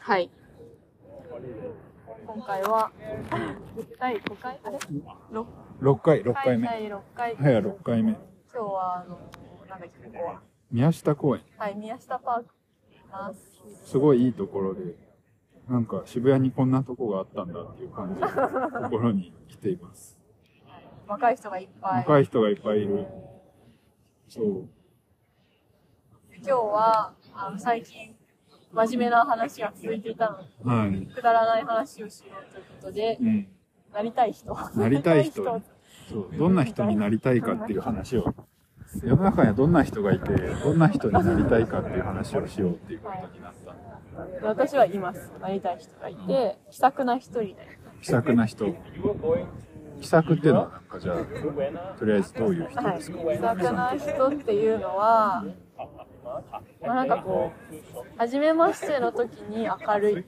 はい。今回は、第5回あれ ?6 6回、6回回目。第6回。はや6回目。今日は、あの、なんだっけ、ここは。宮下公園。はい、宮下パークにいます。すごいいいところで、なんか渋谷にこんなとこがあったんだっていう感じのところに来ています。若い人がいっぱい。若い人がいっぱいいる。そう。今日は、あの、最近、真面目な話が続いていたので、はい。くだらない話をしようということで、うん。なりたい人。なりたい人なりそう。どんな人になりたいかっていう話を。世の中にはどんな人がいて、どんな人になりたいかっていう話をしようっていうことになった。たい人 私はいます。なりたい人がいて、気さくな人になりたい。気さくな人。気さくっていうのはなんかじゃあ、とりあえずどういう人はい、ですか、気さくな人っていうのは、まあ、なんかこう、初めましての時に明るい。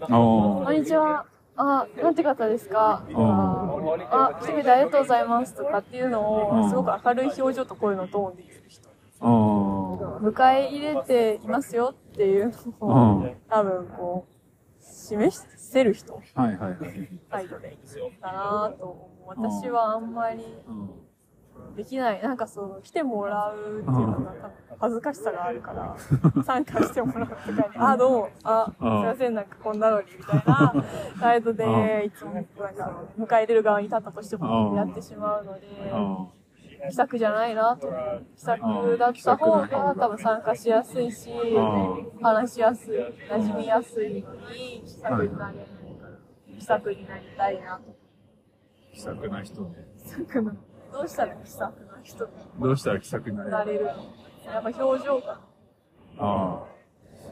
あこんにちは。あ、なんて方ですかとうんか、あ、来てくれてありがとうございますとかっていうのを、すごく明るい表情と声のトーンで言う人。あ。あ迎え入れていますよっていうあ。のを、はい多分こう、示せる人、はいはい。態度で、だなぁと思う。私はあんまり、うんできない。なんかその、来てもらうっていうのが多分恥ずかしさがあるから、 参加してもらうとかに、あ、どうも、あ、すいません、なんかこんなのに、みたい な態度で、いつもなんか迎え入れる側に立ったとしてもやってしまうので、あ気さくじゃないなと思う。気さくだった方が多分参加しやすいし、ん話しやすい、馴染みやすいのに、気さくになれないから、気さくになりたいなと。気さくな人ね。気さくな、どうしたら気さくな人にどうしたら気さくになれるなれるやっぱ表情があ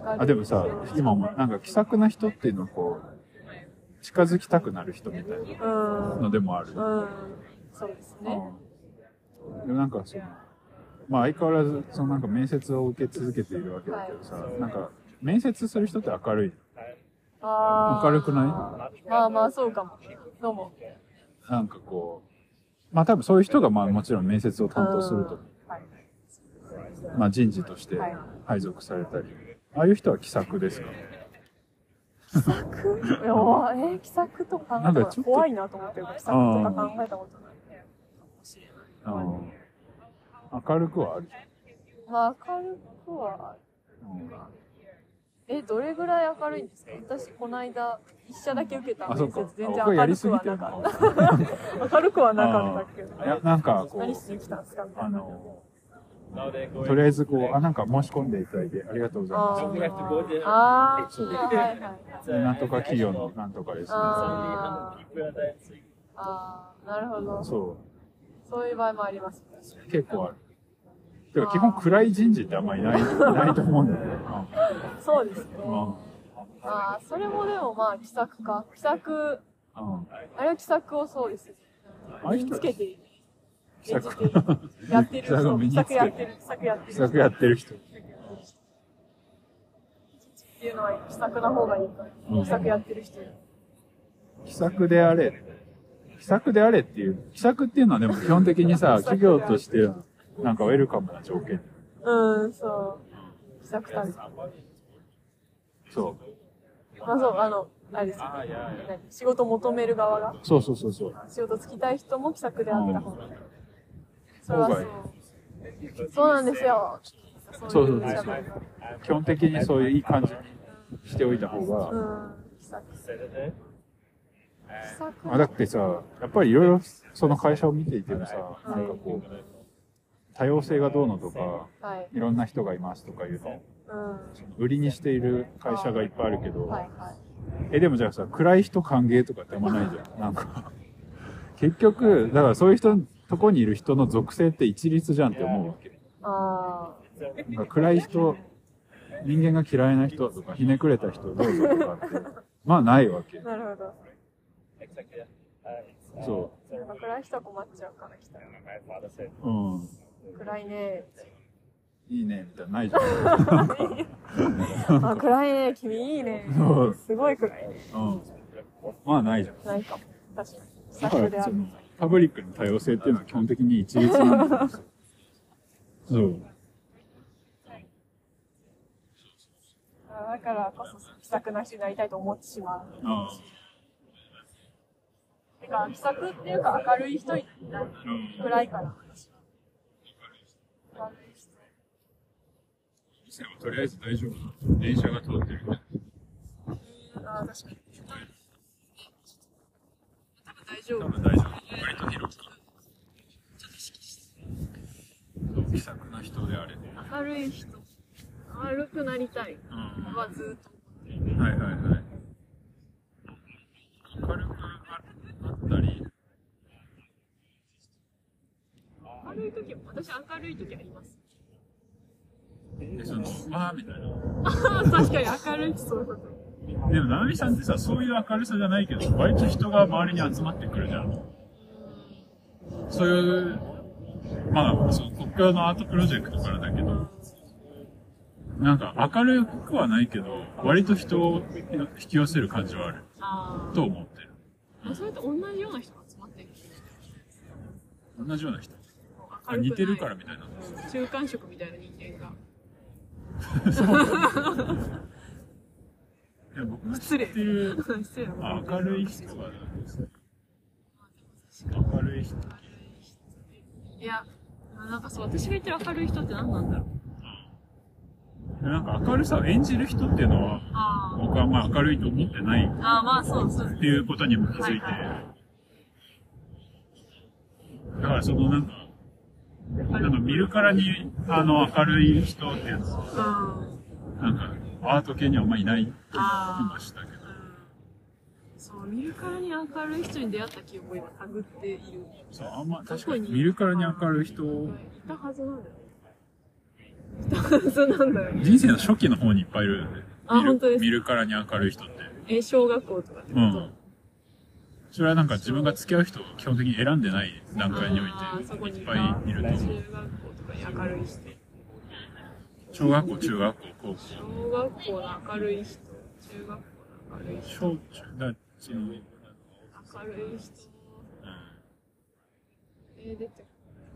あ。あ、でもさ、今もなんか気さくな人っていうのはこう、近づきたくなる人みたいなうんうんのでもある。そうですうねんでもなんかその、まあ相変わらず、そのなんか面接を受け続けているわけだけどさ、なんか面接する人って明るい。あー明るくないまあまあそうかもどうもなんかこう、まあ多分そういう人がまあもちろん面接を担当すると思う。はいまあ人事として配属されたり。ああいう人は気さくですか気さくいやまあえー、気さくとか考えたなんこかちとょっと怖いなと思ってるから気さくとか考えたことないかもしれないああ明るくはある。まあ明るくはうんえどれぐらい明るいんですか私この間一社だけ受けたあ、面そうか接。全然僕はや明りるすくぎはてなるかった明のかもしれない。るくはなかったけどいや、なんかこ何しう、に来たんですかみたあいなの、とりあえずこう、あ、なんか申し込んでいただいてありがとうございあーあまー、はいはいはい。す。なんとか企業のなんとかですね。ああ、ああ、なるほど。そそういう場合もあります。う、結構ある。でも基本暗い人事ってあんまりい ない、いないと思うんだよね。そうですね。うんうんああ、それもでもまあ、気さくか。気さく、うんあれは気さくをそうです。ああいう身に人つはけている。気さ演くじているやってる気さくを人。身気につけさてくやってる。気さくやってる。気さくやってる人。っていうのは気さくな方がいいか。うん気さくやってる人。気さくであれ。気さくであれっていう、気さくっていうのはでも基本的にさ、企業としてなんかウェルカムな条件。うん、そう。気さくたる。そう。まあそう、あの、あれですよね。何仕事求める側が。そうそうそうそう。仕事つきたい人も気さくであった方がいい。それは方がいそう。そうなんですよ。そうそういそう喋そりう。基本的にそういういい感じにしておいた方が、うん。気さく。気さく。あだってさ、やっぱりいろいろその会社を見ていてもさ、なんかこう、多様性がどうのとか、はい。いろんな人がいますとか言うと、うん。売りにしている会社がいっぱいあるけど、はいはい。え、でもじゃあさ、暗い人歓迎とかってあんまないじゃん。なんか、結局、だからそういう人、とこにいる人の属性って一律じゃんって思うわけ。あなんか暗い人、人間が嫌いな人とか、ひねくれた人どうぞとかって、まあないわけあ、。なるほど。そなんか暗い人は困っちゃうから来たら。う。うん。暗いね。いいね、みたいな、ないじゃん。あ、暗いね。君いいねそう。すごい暗いね。うん。まあないじゃん。ないかも。確かに。気ださかくでら、あそる。の、パブリックの多様性っていうのは基本的に一律なんだよ。そう。あだからこそ気さくな人になりたいと思ってしまう。うんてか、気さくっていうか明るい人になるぐらいかな。明るい人。以前はとりあえず大丈夫な電車が通ってるみたいうん、ああ、確かに。多分大丈夫。な多分大丈夫割と広くてそう気さくな人であれで明るい人。明るくなりたい。うんはずっと。はいはいはい。明るくあったり、明るい時も、私明るい時あります。でその、わーみたいな。確かに明るいってそういうこと。でも、ななみさんってさ、そういう明るさじゃないけど、割と人が周りに集まってくるじゃん。そういう、まあ、そう、国境のアートプロジェクトからだけど、なんか明るくはないけど、割と人を引き寄せる感じはあるあと思ってる。あ。それと同じような人が集まってる。同じような人。明似てるからみたいな。中間色みたいな人間が。いや、僕が知ってる、失礼なことあ言って明るい人が明るい人いや、なんかそう、私が言ってる明るい人って何なんだろう。なんか明るさを演じる人っていうのはあ僕はあんま明るいと思ってないあ。ああ、まあそうそうっ。ていうことに基づいてはいだからそのなんかなんか見るからにあの明るい人っていうのはうん。うん。なんかアート系にはあんまいないって言あーいましたけどそう、見るからに明るい人に出会った記憶を今探っている。そうあんま確どこかに見るからに明るい人いたはずなんだよね。いたはずなんだよね。人生の初期の方にいっぱいいるよねあ見る本当ですか見るからに明るい人ってえ、小学校とかってこうと、んそれはなんか自分が付き合う人を基本的に選んでない段階においあーそこてにいっいたぱいいると思う中学校とかに明るい人。小学校、中学校、高校、小学校の明るい人。中学校の明るい人。小中、だその、うん、明るい人。えー、出て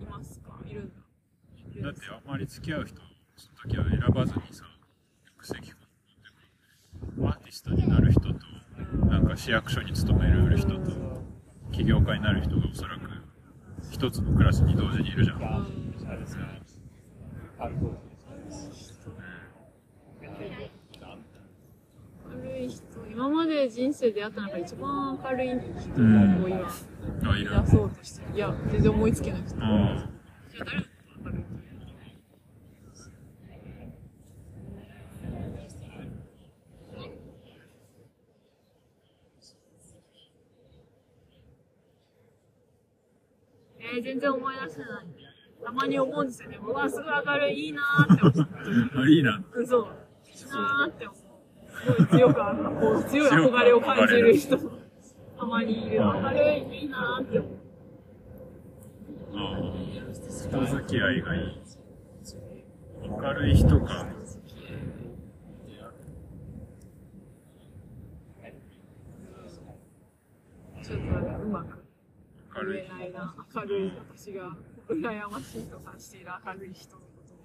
いますかいるんだ。いるだっんてですあんまり付き合う人、その時は選ばずにさ、国籍もアーティストになる人と、なんか市役所に勤める人と、起業家になる人がおそらく、一つのクラスに同時にいるじゃん。明るい人。今まで人生で会った中で一番明るい人うんを今あ、い出る。うん。そうとしてる。いや、全然思いつけなくて。 いや誰だったら明るい人えー、全然思い出せない。たまに思うんですよね。うわ、すごい明るい、いいなーって思って。あ、いいな。嘘。いいなーって思う。すごい強くあるこう強い憧れを感じる人。たまにいる。明るい、いいなーって思う。うん人付き合いがいい。明るい人か。ちょっとなんかうまく明言るい えないな。明るい私が羨ましいと感じている明るい人のこと。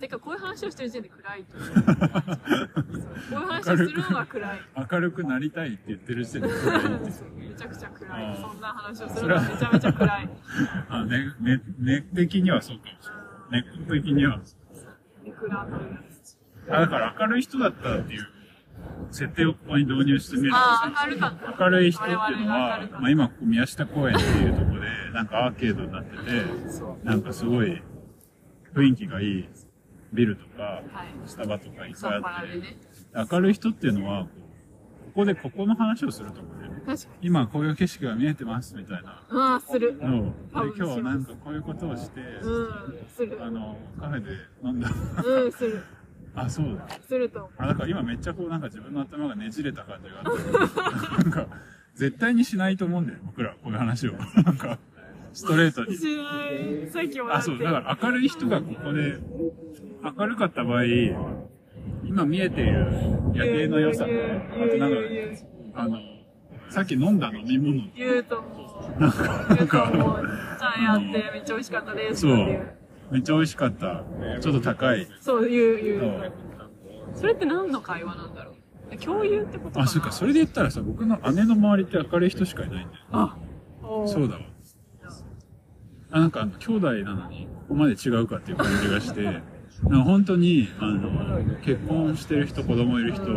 てか、こういう話をしてる時点で暗いと思う。そうこういう話をするのが暗い。明るくなりたいって言ってる時点でそれめちゃくちゃ暗あい。ーそんな話をするのはめちゃめちゃ暗い。 あ、ね、ね、根的にはそうかもしれない。根っこ的には。いくらというあ、だから明るい人だったっていう設定をここに導入してみるとああ、明るかった。明るい人っていうの我々が明はるか、ったまあ今ここ宮下公園っていうところで、なんかアーケードになってて、そう。なんかすごい雰囲気がいいビルとか、はい。スタバとかいっ草ぱっいあぱっらでて、ね。明るい人っていうのは、こうここでここの話をするところで、確かに。今こういう景色が見えてますみたいなああ、する。のを、で多分今日はなんかこういうことをして、うん、する。あの、カフェで飲んだ。うん、する。 あ、そうだ。すると思う。あ、だから今めっちゃこうなんか自分の頭がねじれた感じがあ って。なんか、絶対にしないと思うんだよ、僕ら。こういう話を。なんか、ストレートに。しない。さっきもあ、そう、だから明るい人がここで、明るかった場合、今見えている夜景の良さと、言うあとなんか、言うあの、さっき飲んだ飲み物、言う言うと思う。なんか、言うと思う。ちゃんやって、めっちゃ美味しかったです。そうっていうめっちゃ美味しかった。ちょっと高い。そういう、そいうう。それって何の会話なんだろう共有ってことかなあ、そっか、それで言ったらさ、僕の姉の周りって明るい人しかいないんだよ。あ、おーそうだわ。あ、なんか、兄弟なのに、ここまで違うかっていう感じがして、なんか本当に、あの、結婚してる人、子供いる人、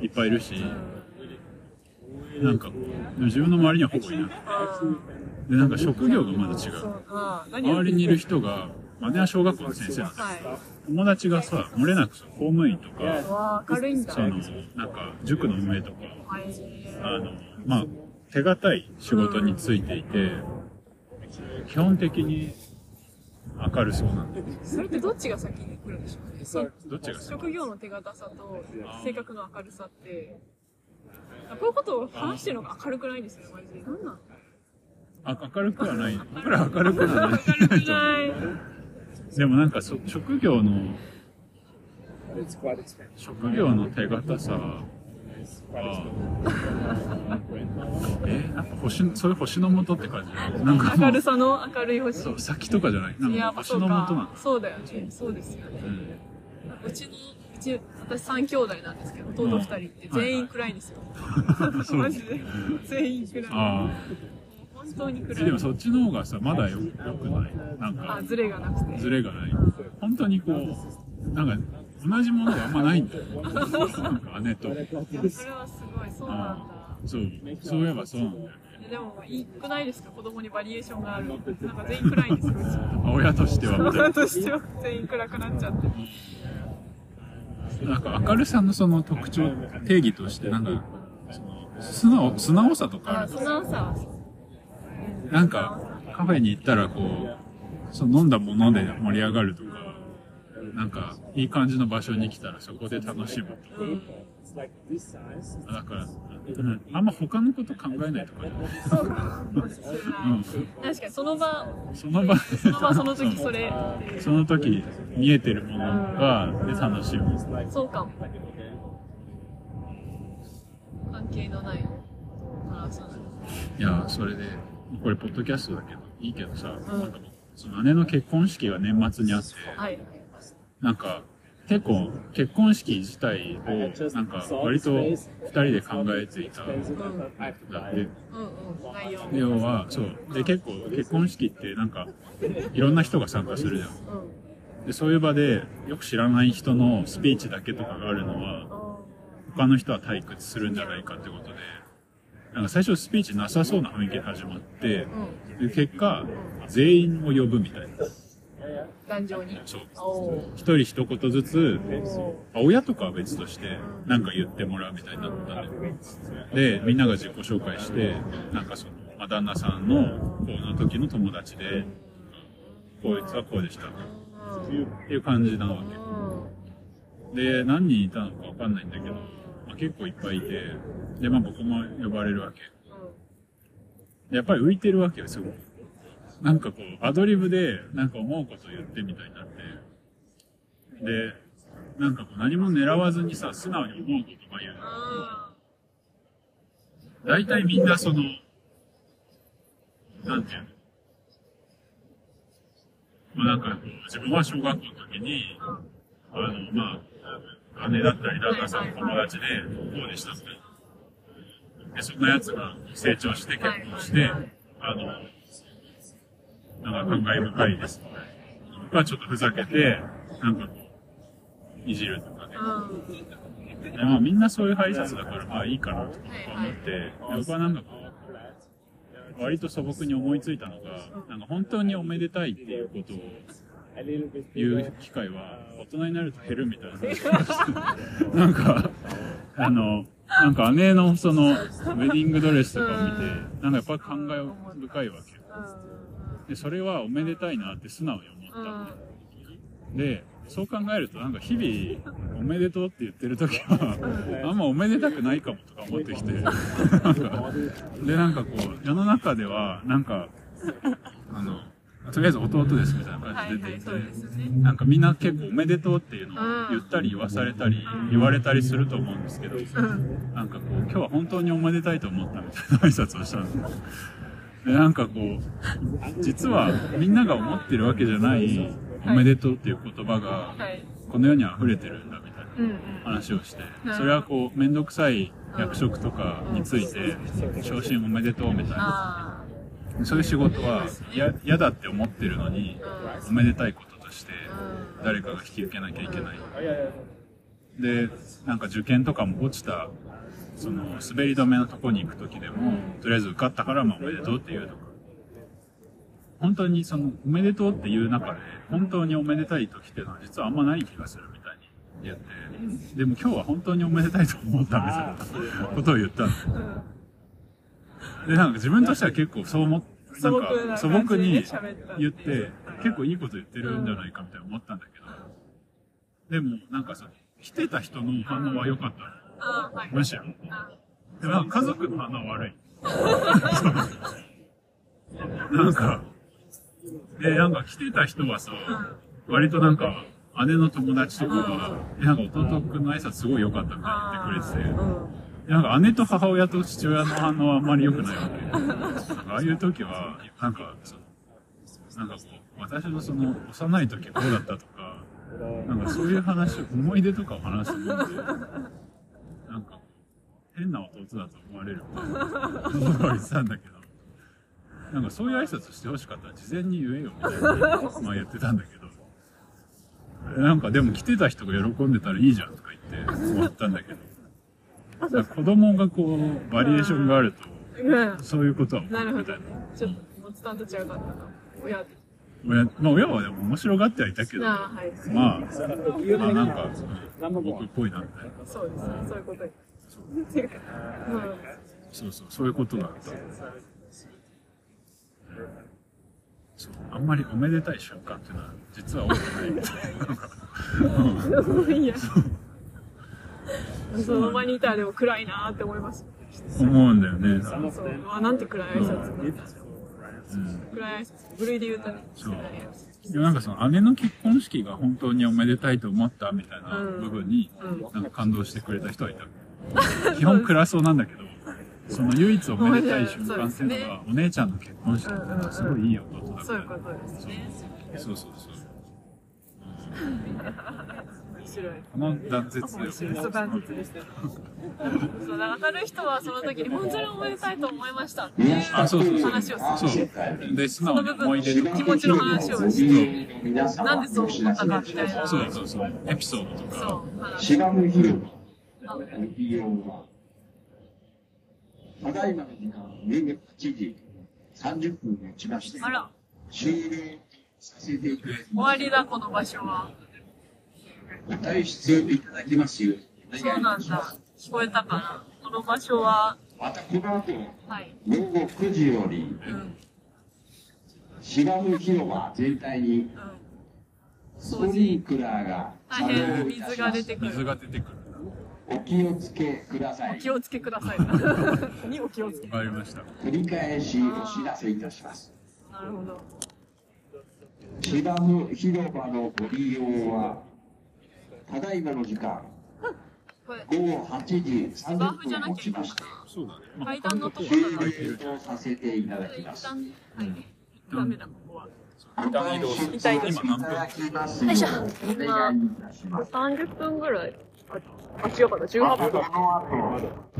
いっぱいいるし、なんか、でも自分の周りにはほぼいない。で、なんか職業がまだ違う。あー何やって周りるにいる人が、姉は小学校の先生なんだよ。は友達がさ、漏れなくさ、公務員とい。か、わあ、明るいんだそ。の、なんか、塾の運営とか、はい。あの、まあ、手堅い仕事についていて、基本的に明るそうなんだよね。それってどっちが先に来るんでしょうね。そうどっちがさ、職業の手堅さと性格の明るさって、こういうことを話してるのが明るくないんですよね、マジで。なんなんあ明るくはない。僕ら明るくはない。明るくない。でもなんかそ、職業の、 It's quite expensive. 職業の手堅さは、え、なんか星、それ星の元って感じ。なんかも明うる、さの明るい星。そう、先とかじゃない。なんいや、かっぱ星そうの元なかの。。そうだよね。そうですよね。うんうちの、うち、私三兄弟なんですけど、弟二人って全員暗いんですよ。 そうマジで。全員暗い。もあう本当にあ。暗いでも。そっちの方がさ、まだよよくない。なんかあ、、ズレがなくて。ズレがない。本当にこう、なんか、同じものがあんまないんだよ。なんか姉と。いやそれはすごい、そうなんだ。そう、そういえばそうなんだよね。でも、いいくないですか子供にバリエーションがある。なんか全員暗いんですよ、うち。あ親としてはみたい親としては全員暗くなっちゃって。な。なんか明るさのその特徴、定義として、なんか、その素直、素直さとかああ、る素直さは。なんか、カフェに行ったらこう、その飲んだもので盛り上がるとか、なんか、いい感じの場所に来たらそこで楽しむとか。 It's like this size. だから、うんあんま他のこと考えないとかじゃない。うん確かに、その場、その場でその場、その時、それ。その時見えてるものがで楽しむ。そうかも。関係のない。あ、そうなんだ。いやそれでこれポッドキャストだけどいいけどさ、なんかその姉の結婚式が年末にあってはい。なんか結構結婚式自体をなんか割と2人で考えていたん Expensive. I have to だっ buy て it. うんうん。内容。で要はそうで結構結婚式ってなんかいろんな人が参加するじゃんうん。でそういう場でよく知らない人のスピーチだけとかがあるのは他の人は退屈するんじゃないかってことでなんか最初スピーチなさそうな雰囲気で始まってうで結果全員を呼ぶみたいな壇上に。そうおー一人一言ずつおあ親とかは別としてなんか言ってもらうみたいになったんででみんなが自己紹介してなんかその、まあ、旦那さんのこの時の友達でこいつはこうでしたっていう感じなわけー。うん。で、何人いたのかわかんないんだけど、まあ、結構いっぱいいて、で、まあ僕も呼ばれるわけ。でやっぱり浮いてるわけよ、すごく。なんかこう、アドリブで、なんか思うこと言ってみたいになって。で、なんかこう何も狙わずにさ、素直に思うことが言う。あ大体みんなその、なんていうのまあなんかこう、自分は小学校の時に、あの、まあ、姉だったり、旦那さんの友達で、こうでしたみたいな。で、そんな奴が成長して結婚して、あの、なんか感慨深いですとか、僕はちょっとふざけて、なんかこう、いじるとかね。ーうん。でまあみんなそういう配拶だからまあいいかなと思って、で僕はなんかこう、割と素朴に思いついたのが、なんか本当におめでたいっていうことを A little bit 言 bigger. う機会は大人になると減るみたいな話をして。なんか、あの、なんか姉のそのウェディングドレスとかを見て、なんかやっぱり感慨深いわけよ。で、それはおめでたいなって素直に思ったうんだよねん。で、そう考えると、なんか日々、おめでとうって言ってる時は、あんまおめでたくないかもとか思ってきて、なんか、で、なんかこう、世の中では、なんか、あの、とりあえず弟ですみたいなは感いじでは出い、てそいうて、ですよね。なんかみんな結構おめでとうっていうのを言ったり言わされたり、言われたりすると思うんですけど、なんかこう、今日は本当におめでたいと思ったみたいな挨拶をしたんですよ。で、なんかこう、実はみんなが思ってるわけじゃない、おめでとうっていう言葉がはい。この世に溢れてるんだみたいなうんうん。話をしてう、んそれはこう、めんどくさい役職とかについて、昇進おめでとうみたいな。あそういう仕事はや嫌だって思ってるのに、あ。おめでたいこととしてうん。誰かが引き受けなきゃいけない。 Oh, yeah, yeah. で、なんか受験とかも落ちた、その滑り止めのとこに行く時でも、とりあえず受かったからまあおめでとうって言うとか。本当にその、おめでとうっていう中で、本当におめでたい時っていうのは実はあんまない気がするみたいにやって、でも今日は本当におめでたいと思ったみたいなことを言ったの。で、なんか自分としては結構そう思っな素朴んかな素感朴じでねに喋った言って、結構いいこと言ってるんじゃないかみたいな思ったんだけど、でもなんかさ、来てた人の反応は良かったの。ああ、はい。むしろ。あでもなんか家族の反応は 悪い。そうなんか、で、なんか来てた人はさ、割となんか、姉の友達とかが、えなんか弟くんの挨拶すごい良かったみたいに言ってくれてて、でなんか姉と母親と父親の反応はあんまり良くないわけで、 ああいう時は、なんか、そのなんかこう、私のその幼い時こうだったとか、なんかそういう話、思い出とかを話すのって、なんか、変な弟だと思われるみたいなことを言ってたんだけど、なんかそういう挨拶してほしかったら事前に言えよみたいな、まあ言ってたんだけど、なんかでも来てた人が喜んでたらいいじゃんとか言って終わったんだけど、なんか子供がこう、バリエーションがあると、うん。そういうことは起こなるるほみたどいなね。。ちょっと、もつたんと違うかったな。親で。親、まあ親はでも面白がってはいたけど、ああ、はい。まあ、まあなんか、 Number 僕っ one. ぽいなみたいな。そうですね。そういうことに。っていうか、うん。そうそう、そういうことがあった。そうあんまりおめでたい瞬間っていうのは実は多くないみた いな。なんかいや。その場にいたらでも暗いなーって思いました。思うんだよね。なんかそう。あ、なんて暗い挨拶なんだ。うん暗い挨拶。部類で言うとね。そう暗い挨拶でもなんかその姉の結婚式が本当におめでたいと思ったみたいな部分に、なんか感動してくれた人はい た。基本暗そうなんだけど、その唯一おめでたい瞬間っていうのが、お姉ちゃんの結婚式だったらすごいいい弟だそういうかことですね。ら。そうそうそう。面白い。この断絶面白い。そう、断絶でしたね。そう、だから当たる人はその時に本当におめでたいと思いましたっていうあ、そうそうそう。話をすそる。う。で、素そ直のに部思い分、出と気か。持ちの話をして、なんでそう思ったかみたいな。そうそうそう。エピソードとか。そう、話。 시간을 흐르고 비용과 바다이나 매일 8시 30분에 あ 지났습니다.ら、 시위를 사실에 終わりだ、この場所は。お対していただきますよ。そうなんだ。聞こえたかな。この場所は、はい。またこの後、午後9時より、うん。シガム広場全体に、うん。スプリンクラーが大変水が出てく水る。が出てくる。お気をつけくださおい。気をつけくだ さい。にお気をつけ。わかりました。繰り返しお知らせいたします。なるほど。シガム広場のご利用は、ただいまの時間、これ、午後8時芝生30じゃ分なをもきゃいけちまないしかて、そうだね。な。階段のとこ終ろだから。了とさせていただきま一す。旦、はい。ダメだ、ここは。一旦移動してい一旦移動今何ただ分きますようお願いいたします。 30分ぐらい。あ、違うかな、18分。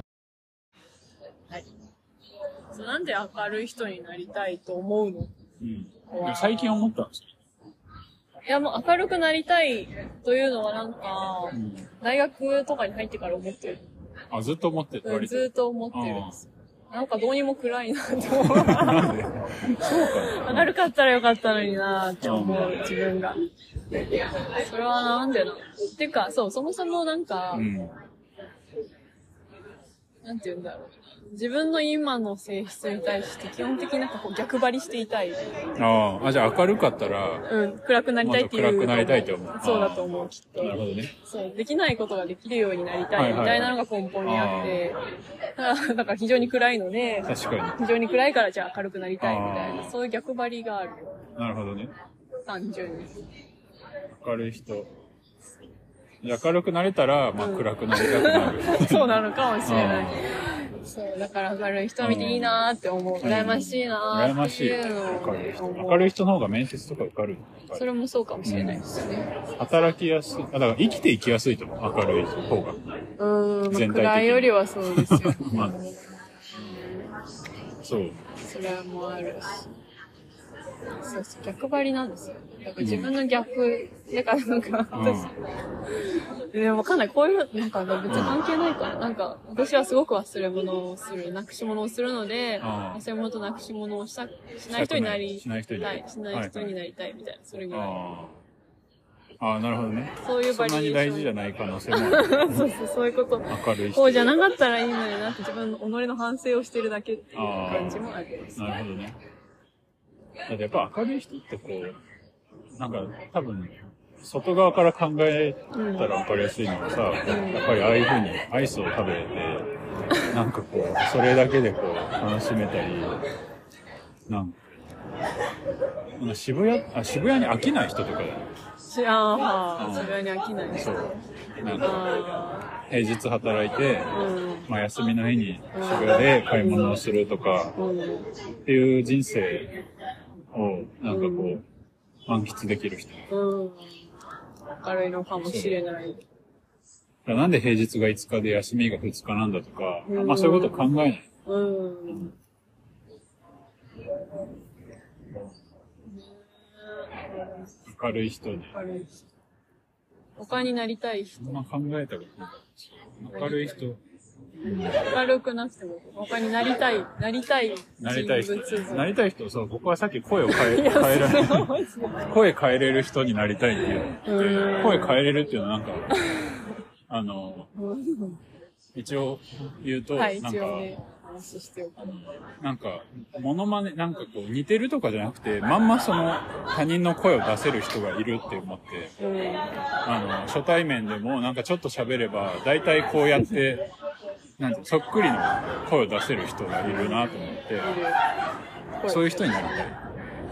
そうなんで明るい人になりたいと思うのうん。でも最近思ったんですよ。いや、もう明るくなりたいというのはなんか、大学とかに入ってから思ってる。あ、ずっと思ってた。うん割と。ずーっと思ってるんです。なんかどうにも暗いなって思なんでう。明るかったらよかったのになーって思う、自分が。それはなんでなのっていうか、そう、そもそもなんか、うん。なんて言うんだろう。自分の今の性質に対して基本的になんかこう逆張りしていたい。ああ、あ、じゃあ明るかったら、うん、暗くなりたいっていう。まず暗くなりたいと思うそうだと思う、きっと。なるほどね。そう、できないことができるようになりはたいいはいみたいなのが根本にあって、だから だから非常に暗いので、確か非常に暗いからじゃあ明るくなりたいみたいあな、そういう逆張りがある、に。なるほどね。単純に。明るい人。明るくなれたら、まあ暗くなりたくなる。 そうなのかもしれない。そう、だから明るい人見ていいなーって思う。羨ましいな羨ーまってしい。いうのを明るいね、人。思。明るいう人の方が面接とか受かる。それもそうかもしれないですよね。働きやすい。あ、だから生きていきやすいと思う。明るい方が。うーん、まあ全体的に暗いよりはそうです よね。まあそう。それもあるし。そうそう、逆張りなんですよ。だから自分の逆、だからなんか、うん私、でもわかんない。こういう、なんか別に関係ないから、なんか私はすごく忘れ物をする、なくし物をするので、ああ忘れ物となくし物をした、しない人になり、しない人になりしない人になりたいみたいな、それぐらい。ああ。ああ、なるほどね。そういうそバんリエーショなにン。大事じゃない可能性もある。そうそう、そういうこと。明るい人。こうじゃなかったらいいのになって自分の己の反省をしてるだけっていう感じもあります。なるほどね。だってやっぱ明るい人ってこう、なんか多分、外側から考えたら分かりやすいのがさ、やっぱりああいう風にアイスを食べて、なんかこう、それだけでこう、楽しめたり、なんなんか渋谷、あ、渋谷に飽きない人とかだよね。しああ、自分に飽きないしそ。う。なんか、あ平日働いて、あ、うん。まあ休みの日に渋谷で買い物をするとか、うん。っていう人生を、なんかこう、満喫できる人。だかうん。明るいのかもしれない。らなんで平日が5日で休みが2日なんだとか、うんまあそういうこと考えない。うん。明るい人で。明るい人。他になりたい人。あんま考えたことない。明るい人。明るくなくても、他になりたい、なりたいなりたい人人物像。。なりたい人、そう、僕はさっき声を変え、変えらそれれはる。マジで声変えれる人になりたいっていうう。ん声変えれるっていうのはなんか、あの、一応言うと、はい、なん一応か、ね、話しておこう。なんか、モノマネ、なんかこう、似てるとかじゃなくて、まんまその、他人の声を出せる人がいるって思って、うん。あの、初対面でも、なんかちょっと喋れば、大体こうやって、なんて、そっくりの声を出せる人がいるなと思って、そういう人になりたい。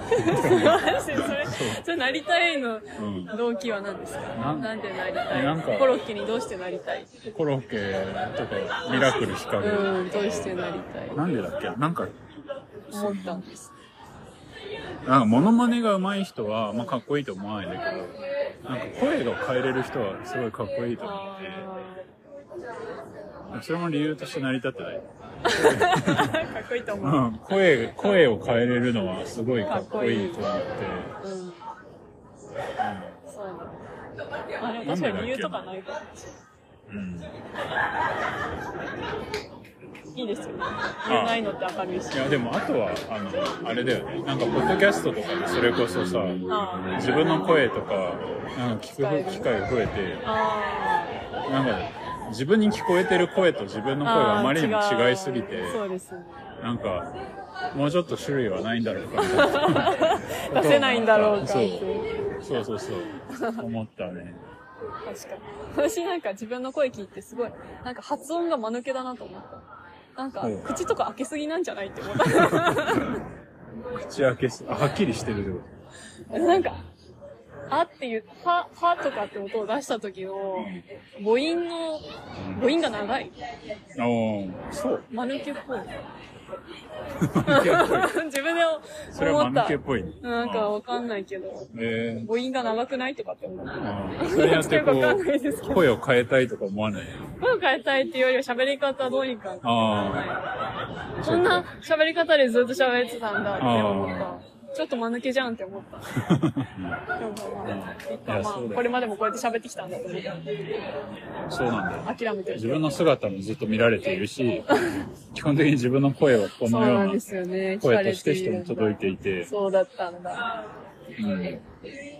マジで それ、それなりたいのうん動機は何ですかななんんでなりたいなんかコロッケにどうしてなりたいコロッケとか、ミラクル光る。うん、どうしてなりたいなんでだっけなんか、思ったんです。なんかモノマネが上手い人は、まあかっこいいと思わないんだけど、なんか声が変えれる人はすごいかっこいいと思っあて、それも理由として成り立ってない。あ、かっこいいと思う。うん、声、声を変えれるのはすごいかっこいいと思って。うん。そうやな。あれ、なん確でかだっけに理由とかないから。うん。いいですよね。理由ないのって明るいし。いや、でもあとは、あの、あれだよね。なんか、ポッドキャストとかでそれこそさ、あ自分の声とか、なんか聞く機会が増えて、あなんか、自分に聞こえてる声と自分ー。の声があまりにもあー違いすぎて、そうですね。なんか、もうちょっと種類はないんだろうかみたいな。出せないんだろうかってそういう。 そうそうそう。思ったね。確かに。私なんか自分の声聞いてすごい、なんか発音が間抜けだなと思った。なんかうん、口とか開けすぎなんじゃないって思った。口開けす、あはっきりしてるってこなんか、あっていう、は、はとかって音を出した時の、母音の、母音が長い。と。おーそう。間抜けっぽい。間抜けっぽい自分で思った。それは間抜けっぽいね。なんかわかんないけど、え母音が長くないとかって思った。ー、それによってこよくわかんないですけう、声を変えたいとか思わない。声を変えたいっていうよりは喋り方どうにか。あそんな喋り方でずっと喋ってたんだって思あった。ちょっと間抜けじゃんって思った。 でもまあ、一旦いまやそうだあ、よこれまでもこうやって喋ってきたんだと思って、あ、そうなんだよ。諦めてる自分の姿もずっと見られているし、基本的に自分の声はこそうのよなうんなですよね。聞か声れとして人るんにだ届いていて、そうだったんだ。うん、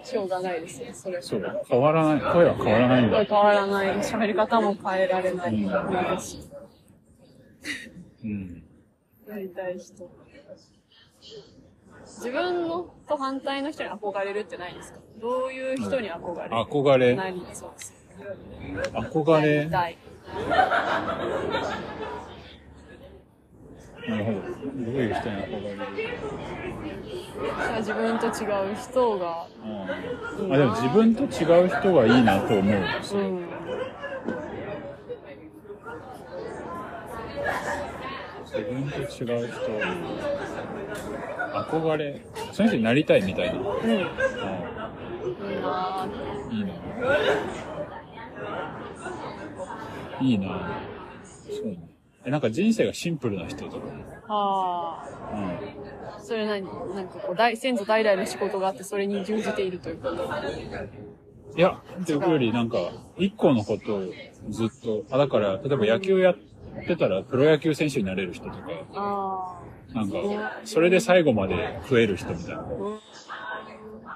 しょうがないですね、それ。そう、変わらない、声は変わらないん声だ。変わらない。喋り方も変えられない。私うん。やりたい人。自分のと反対の人に憧れるってないですかどういう人に憧れる、憧れ、何そうです。憧やれ、りなたい。るほど。どういう人に憧れる自分と違う人が、うんあ、でも自分と違う人がいいなと思うう。ん。自分と違う人憧れその人になりたいみたいな、うんいいないいなそうねえなんか人生がシンプルな人とか、あうあ。それ何なんかこう、大、先祖代々の仕事があって、それに従事ているというか。ん、いやっていうよりなんか一個のことをずっとあだから例えば野球やってたらプロ野球選手になれる人とかあなんかそれで最後まで食える人みたいなあ。うん。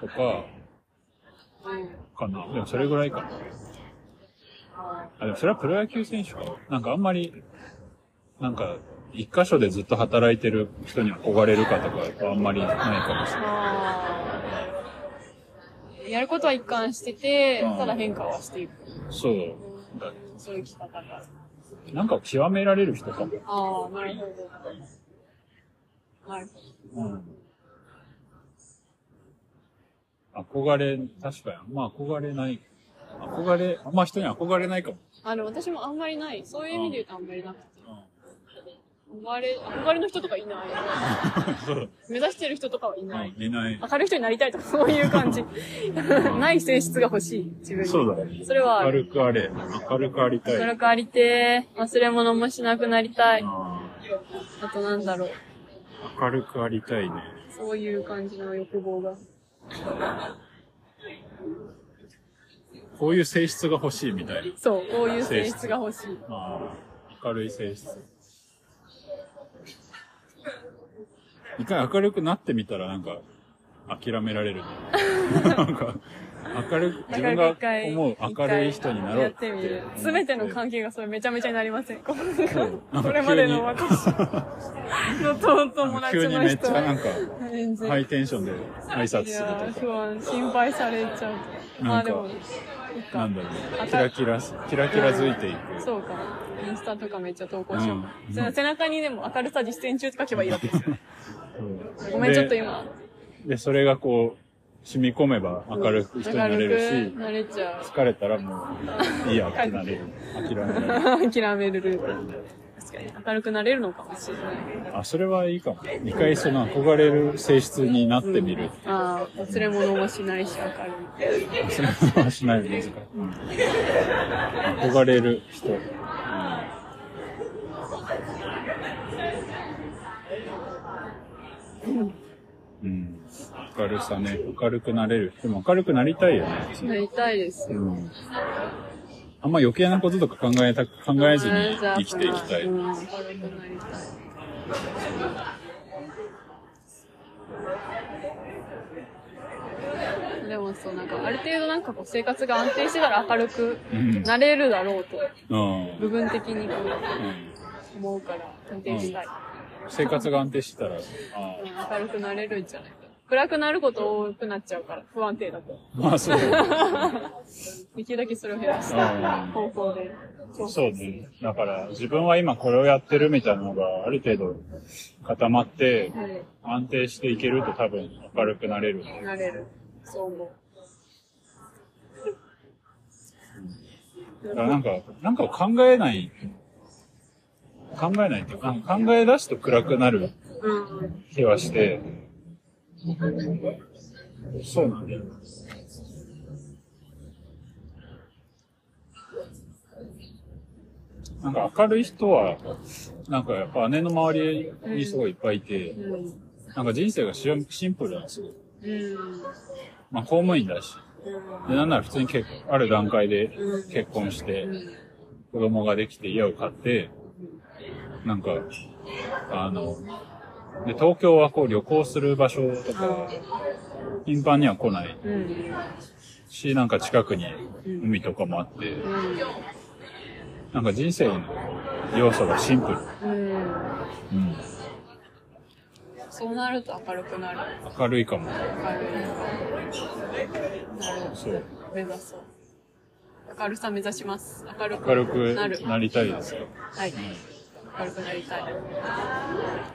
とかかな。でもそれぐらいかな。あ、でもそれはプロ野球選手かな。なんかあんまり、なんか、一箇所でずっと働いてる人に憧れるかとかはあんまりないかもしれない。ああ。やることは一貫しててうん、ただ変化はしていく。そう。そういう生き方が。なんか極められる人かも。ああ、なるほど。なるほうん。憧れ、確かに、あんま憧れない。憧れ、あんま人に憧れないかも。 ど。あの、私もあんまりない。そういう意味で言うとあんまりなくて。憧れ、憧れの人とかいない。そう。目指してる人とかはいない。いない。明るい人になりたいとか、そういう感 じ。ない性質が欲しい、自分に。そうだね。それはある軽くあれ。明るくありたい。明るくありてー、忘れ物もしなくなりたい。ああとなんだろう。ー明るくありたいね。そういう感じの欲望が。こういう性質が欲しいみたいそう、こういう性質が欲しい。な。あー明るい性質。一回明るくなってみたらなんか、諦めら れるね。なんか、明るく、自分が思う明るい人になろうやっってて思っみて。る。すべての関係がそれめちゃめちゃになりません。こそうなんか急にれまでの私の友達急にのめっち人ゃなはんか、全然。 ハイテンションで挨拶いするやーと不安、心配されちゃう。まなんあかでも、か、なんだろう、あキラキラ、キラキラづいていく。そうか。インスタとかめっちゃ投稿しようかうんその背中にでも明るさ実践中って書けばいいわけですよ。うんごめん、ちょっとで今。で、それがこう、染み込めば明るく人になれる明しく、なれちゃう。疲れたらもう、いいやってなれる。諦められる。 諦めるルート。確かに。明るくなれるのかもしれない。あ、それはいいかも。一回その憧れる性質になってみる。ああ、忘れ物もしないし、明るい。それはしないで難しい。うん憧れる人。うんうん。明るさね。明るくなれる。でも明るくなりたいよね。なりたいですよ。うんあんま余計なこととか考えた、考えずに生きていきたい。うん明るくなりたい。でもそう、なんか、ある程度なんかこう、生活が安定してたら明るくうん。なれるだろうと、うん。うん部分的にこう、思うから、安定したい。生活が安定してたら、うあん明るくなれるんじゃないかな。暗くなること多くなっちゃうから、不安定だと。あまあそう。できるだけそれを減らした方向で。そうね。だから、自分は今これをやってるみたいなのが、ある程度固まって、安定していけると多分明るくなれる。なれる。そう思だからなんか、なんかを考えない、考えないっていうか、考え出すと暗くなるう。うん。気はして、そうなんだよ。なんか明るい人は、なんかやっぱ姉の周りにすごいいっぱいいて、うん。なんか人生がシンシンプルなんですよ。うん。まあ公務員だし。で、なんなら普通に結ある段階で結婚して、子供ができて家を買って、なんか、あの、で、東京はこう旅行する場所とか、頻繁には来ないうん。し、なんか近くに海とかもあって、なんか人生の要素がシンプル。うん。うん。そうなると明るくなる。明るいかも。明るい。なるそう。目指そう。明るさ目指します。明るく明るなるく。なりたいですよ。はい。明るくなりたい。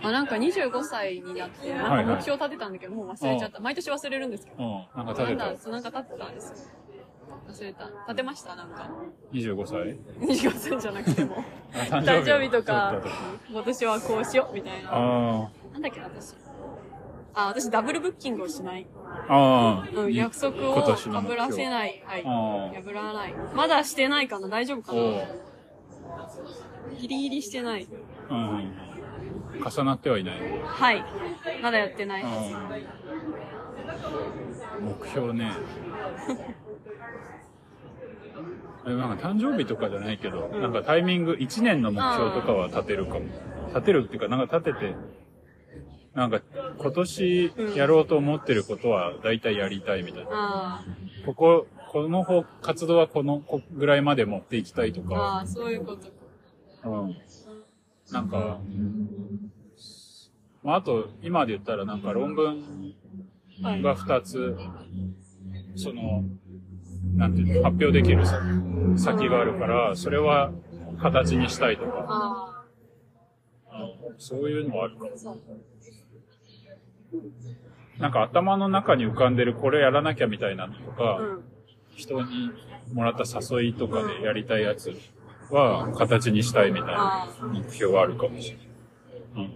あ、なんか25歳になって、はないんかはい目標立てたんだけど、もう忘れちゃった。毎年忘れるんですけど。うん。なんかな食べんてだ、そうなんか立ってたんですよ。忘れた。立てましたなん か。 25歳25歳じゃなくても。あ 誕生日とかそうだそうだ、今年はこうしよう、みたいな。あなんだっけな、私。あ、私ダブルブッキングをしない。あ。ああ。うん、約束を今年の目破標らせない。はい。ああ破らない。まだしてないかな大丈夫かおうなギリギリしてない。うん。重なってはいない。はい。まだやってない。うん目標ね。 でもなんか誕生日とかじゃないけど、なんかタイミング、1年の目標とかは立てるかも。立てるっていうか、なんか立てて、なんか今年やろうと思ってることは大体やりたいみたいな。あここ、この方活動はこのこぐらいまで持っていきたいとあ、あか、あ、そういうこと。うん。なんか、まああと、今で言ったらなんか論文はい。が2つ、その、なんていうの、発表できるさ先があるから、それは形にしたいとか、あそういうのはあるかも。なんか頭の中に浮かんでるこれやらなきゃみたいなのとか、あ、うん。人にもらった誘いとかでやりたいやつは形にしたいみたいな目標はあるかもしれない。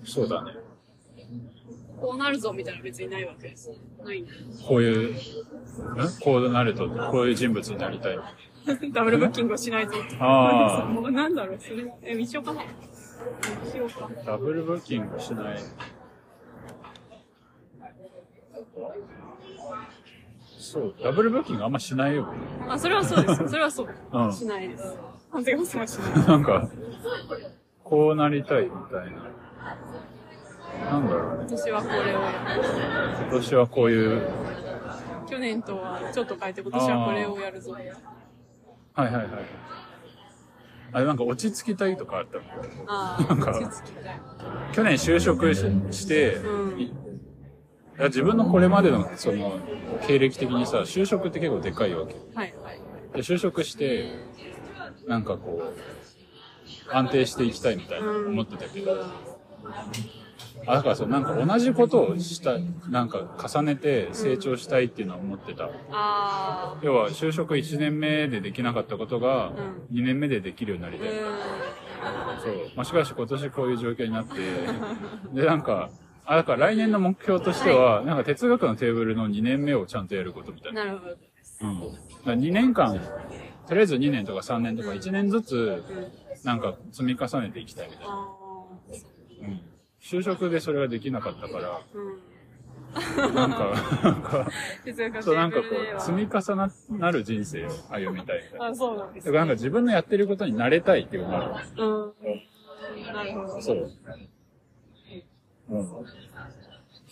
うん、そうだね。こうなるぞ、みたいな別にないわけです。ないんだ。こういう、んこうなると、こういう人物になりたい。 ダブルブッキングをしないぞって。あもう なんだろう、それ。え、一緒かな一緒か。あ、ダブルブッキングしない。そう、ダブルブッキングあんましないよ。あ、それはそうです。それはそう。うんしないです。長谷川さんはしない。 なんか、こうなりたいみたいな。なんだろうね。私はこれをやる。今年はこういう、去年とはちょっと変えて、今年はこれをやるぞ。はいはいはい。あれなんか落ち着きたいとかあったのああ、なんか落ち着きたい。去年就職しして、うんいや自分のこれまでのその経歴的にさ就職って結構でかいわけはい、はい。で就職してなんかこう安定していきたいみたいな思ってたけど、あだからそうなんか同じことをしたいなんか重ねて成長したいっていうのは思ってた、あ要は就職1年目でできなかったことがん2年目でできるようになりあ、たうい、ん。そう。まあ、しかし今年こういう状況になって、で、なんか、あ、だから来年の目標としては、なんか哲学のテーブルの2年目をちゃんとやることみたいな。なるほど。うん。だから2年間、とりあえず2年とか3年とか1年ずつ、なんか積み重ねていきたいみたいな。ああ、うん。就職でそれができなかったから、うん。なんか、なんか、哲学そうなんかこテーブルでう、は積み重ななる人生を歩みたいみたいな。あ、そうなんでだかすらなんね。か自分のやってることに慣れたいっていうのがある。うん。なるほど。そう。うん。普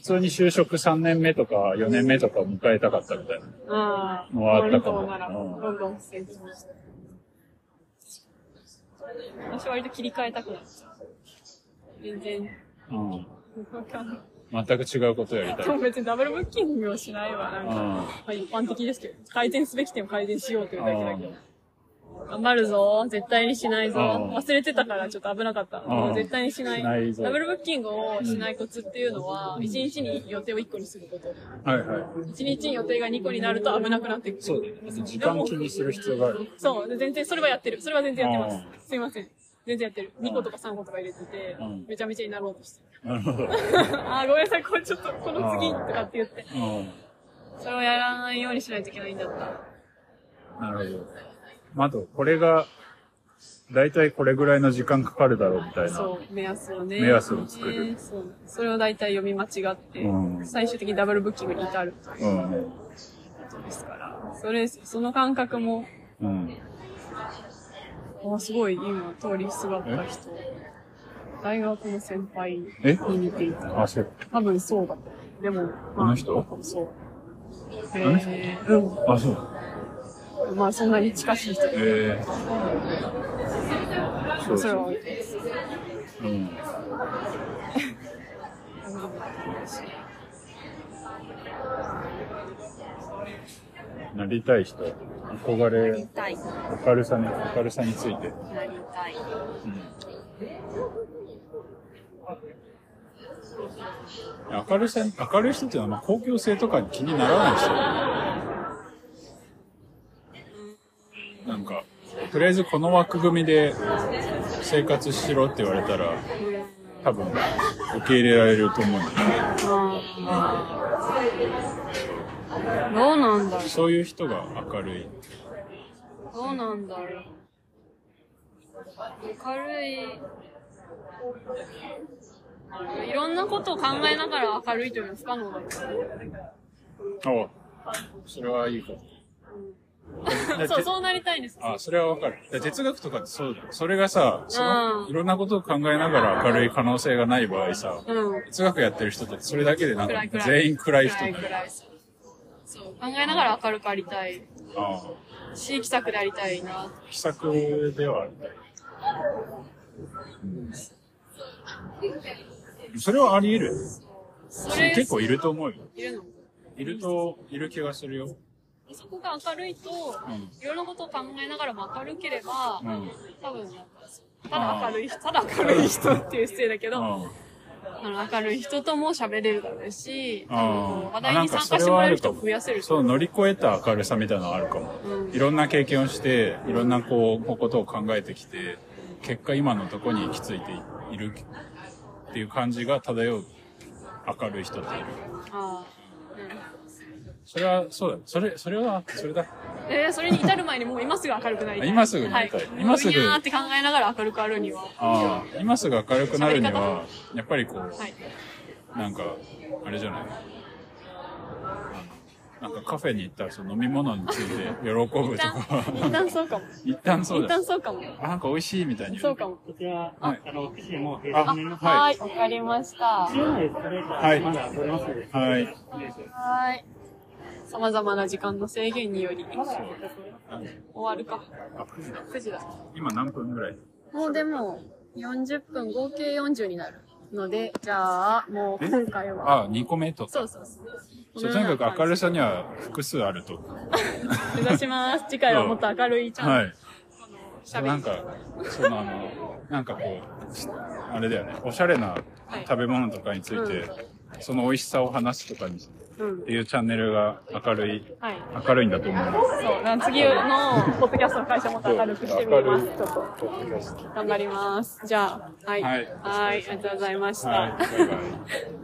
通に就職3年目とか4年目とかを迎えたかったみたいな。ああ、もうあったか森友もなら、うんどんどん成長して。私割と切り替えたくなっちゃう。全然、うわかんない。ん。全く違うことやりたい。でも別にダブルブッキングをしないわ、なんうか。まん。あ一般的ですけど、回転すべき点を回転しようというだけだけど。う頑張るぞ、絶対にしないぞ。あー忘れてたからちょっと危なかった。あー絶対にしないしないぞダブルブッキングをしないコツっていうのは、一日に予定を1個にすること。んはいはい。一日に予定が2個になると危なくなってくる。そうだよね。別に時間気にする必要がある。そう、で全然、それはやってる。それは全然やってあます。すいません。全然やってる。2個とか3個とか入れててうん、めちゃめちゃになろうとして る。なるほど。あー、ごめんなさい、これちょっと、この次とかって言って。うそれをやらないようにしないといけないんだった。ん。なるほど。まあ、あと、これが、だいたいこれぐらいの時間かかるだろうみたいな。そう、目安をね。目安を作るねそう。それを大体読み間違ってう、ん最終的にダブルブッキングに至るといううん。ことですから。それ、その感覚も、うん。あすごい今通りすがった人。大学の先輩にえ似ていた。あ、そう。多分そうだと思う。でも、まあの人そう。の人えー、あ、そう。うん。まあ、そんなに近しい人で、ええそうそそれはう。置いてです。 うん。なりたい人、憧れ、たい。明るさに、明るさについなて。りたい。うん。や明るさ、明るい人っていうのは、まあ、公共性とかに気にならない人。なんか、とりあえずこの枠組みで生活しろって言われたら、多分、受け入れられると思うんだよね。どうなんだろそういう人が明るい。うどうなんだろう明るいいろんなことを考えながら明るいというのは不可能だからあそれはいいことそう、そうなりたいんです。あ、それはわかる。だ哲学とかってそうだよ。それがさ、すごうんくいろんなことを考えながら明るい可能性がない場合さ、うん。哲学やってる人ってそれだけでなん暗いか暗い。全員暗い人だよ暗暗いそう、考えながら明るくありたい。あ地域策でありたいな。あ、気さくではある。それはあり得る。それ、結構いると思うよ。いるのいると、いる気がするよ。そこが明るいと、んいろんなことを考えながらも明るければ、うん。多分なんか、ただ明るい人、ただ明るい人っていう姿勢だけど、ああの明るい人とも喋れるだろうし、あ話題に参加してもらえる人を増やせるそう、乗り越えた明るさみたいなのはあるかも。いろんな経験をして、いろんなこう、ことを考えてきて、結果今のとこに行き着いているっていう感じが漂う明るい人っている。あそれは、そうだ。それ、それは、それだ。あえーそれに至る前にもう今すぐ明るくなりたい。今すぐなりたいは今すぐうにゃーって考えながら明るくあるには。ああ、今すぐ明るくなるに喋りは、やっぱりこう、 はい。なんか、あれじゃないなんかカフェに行ったらその飲み物について喜ぶと一旦か、、一旦そうかも。一旦そう一だ旦。そうかも。あ、なんか美味しいみたいに言そうかも。こちら、はいあの、9時でもう閉あ、店になります。は。はいい、わかりました。はい。はい。まだ取れますので。はい。はい。様々な時間の制限により、終わるか。あ、9時だ。 9時だ。今何分ぐらいもうでも、40分、合計40になるので、じゃあ、もう今回は。あ、2個目と。そうそうそう。そうとにかく明るさには複数あると。目指し ます。次回はもっと明るいちゃん。。はいい。しゃそうべなりんか、そのあの、なんかこう、あれだよね、おしゃれな食べ物とかについて、その美味しさを話すとかに、うんっ。ていうチャンネルが明るい、はい。明るいんだと思います。そう。なんか次のポッドキャストの会社もっと明るくしてみます。ちょっと。頑張ります。じゃあ、はい。ははいい。ありがとうございました。はい、バイバイ。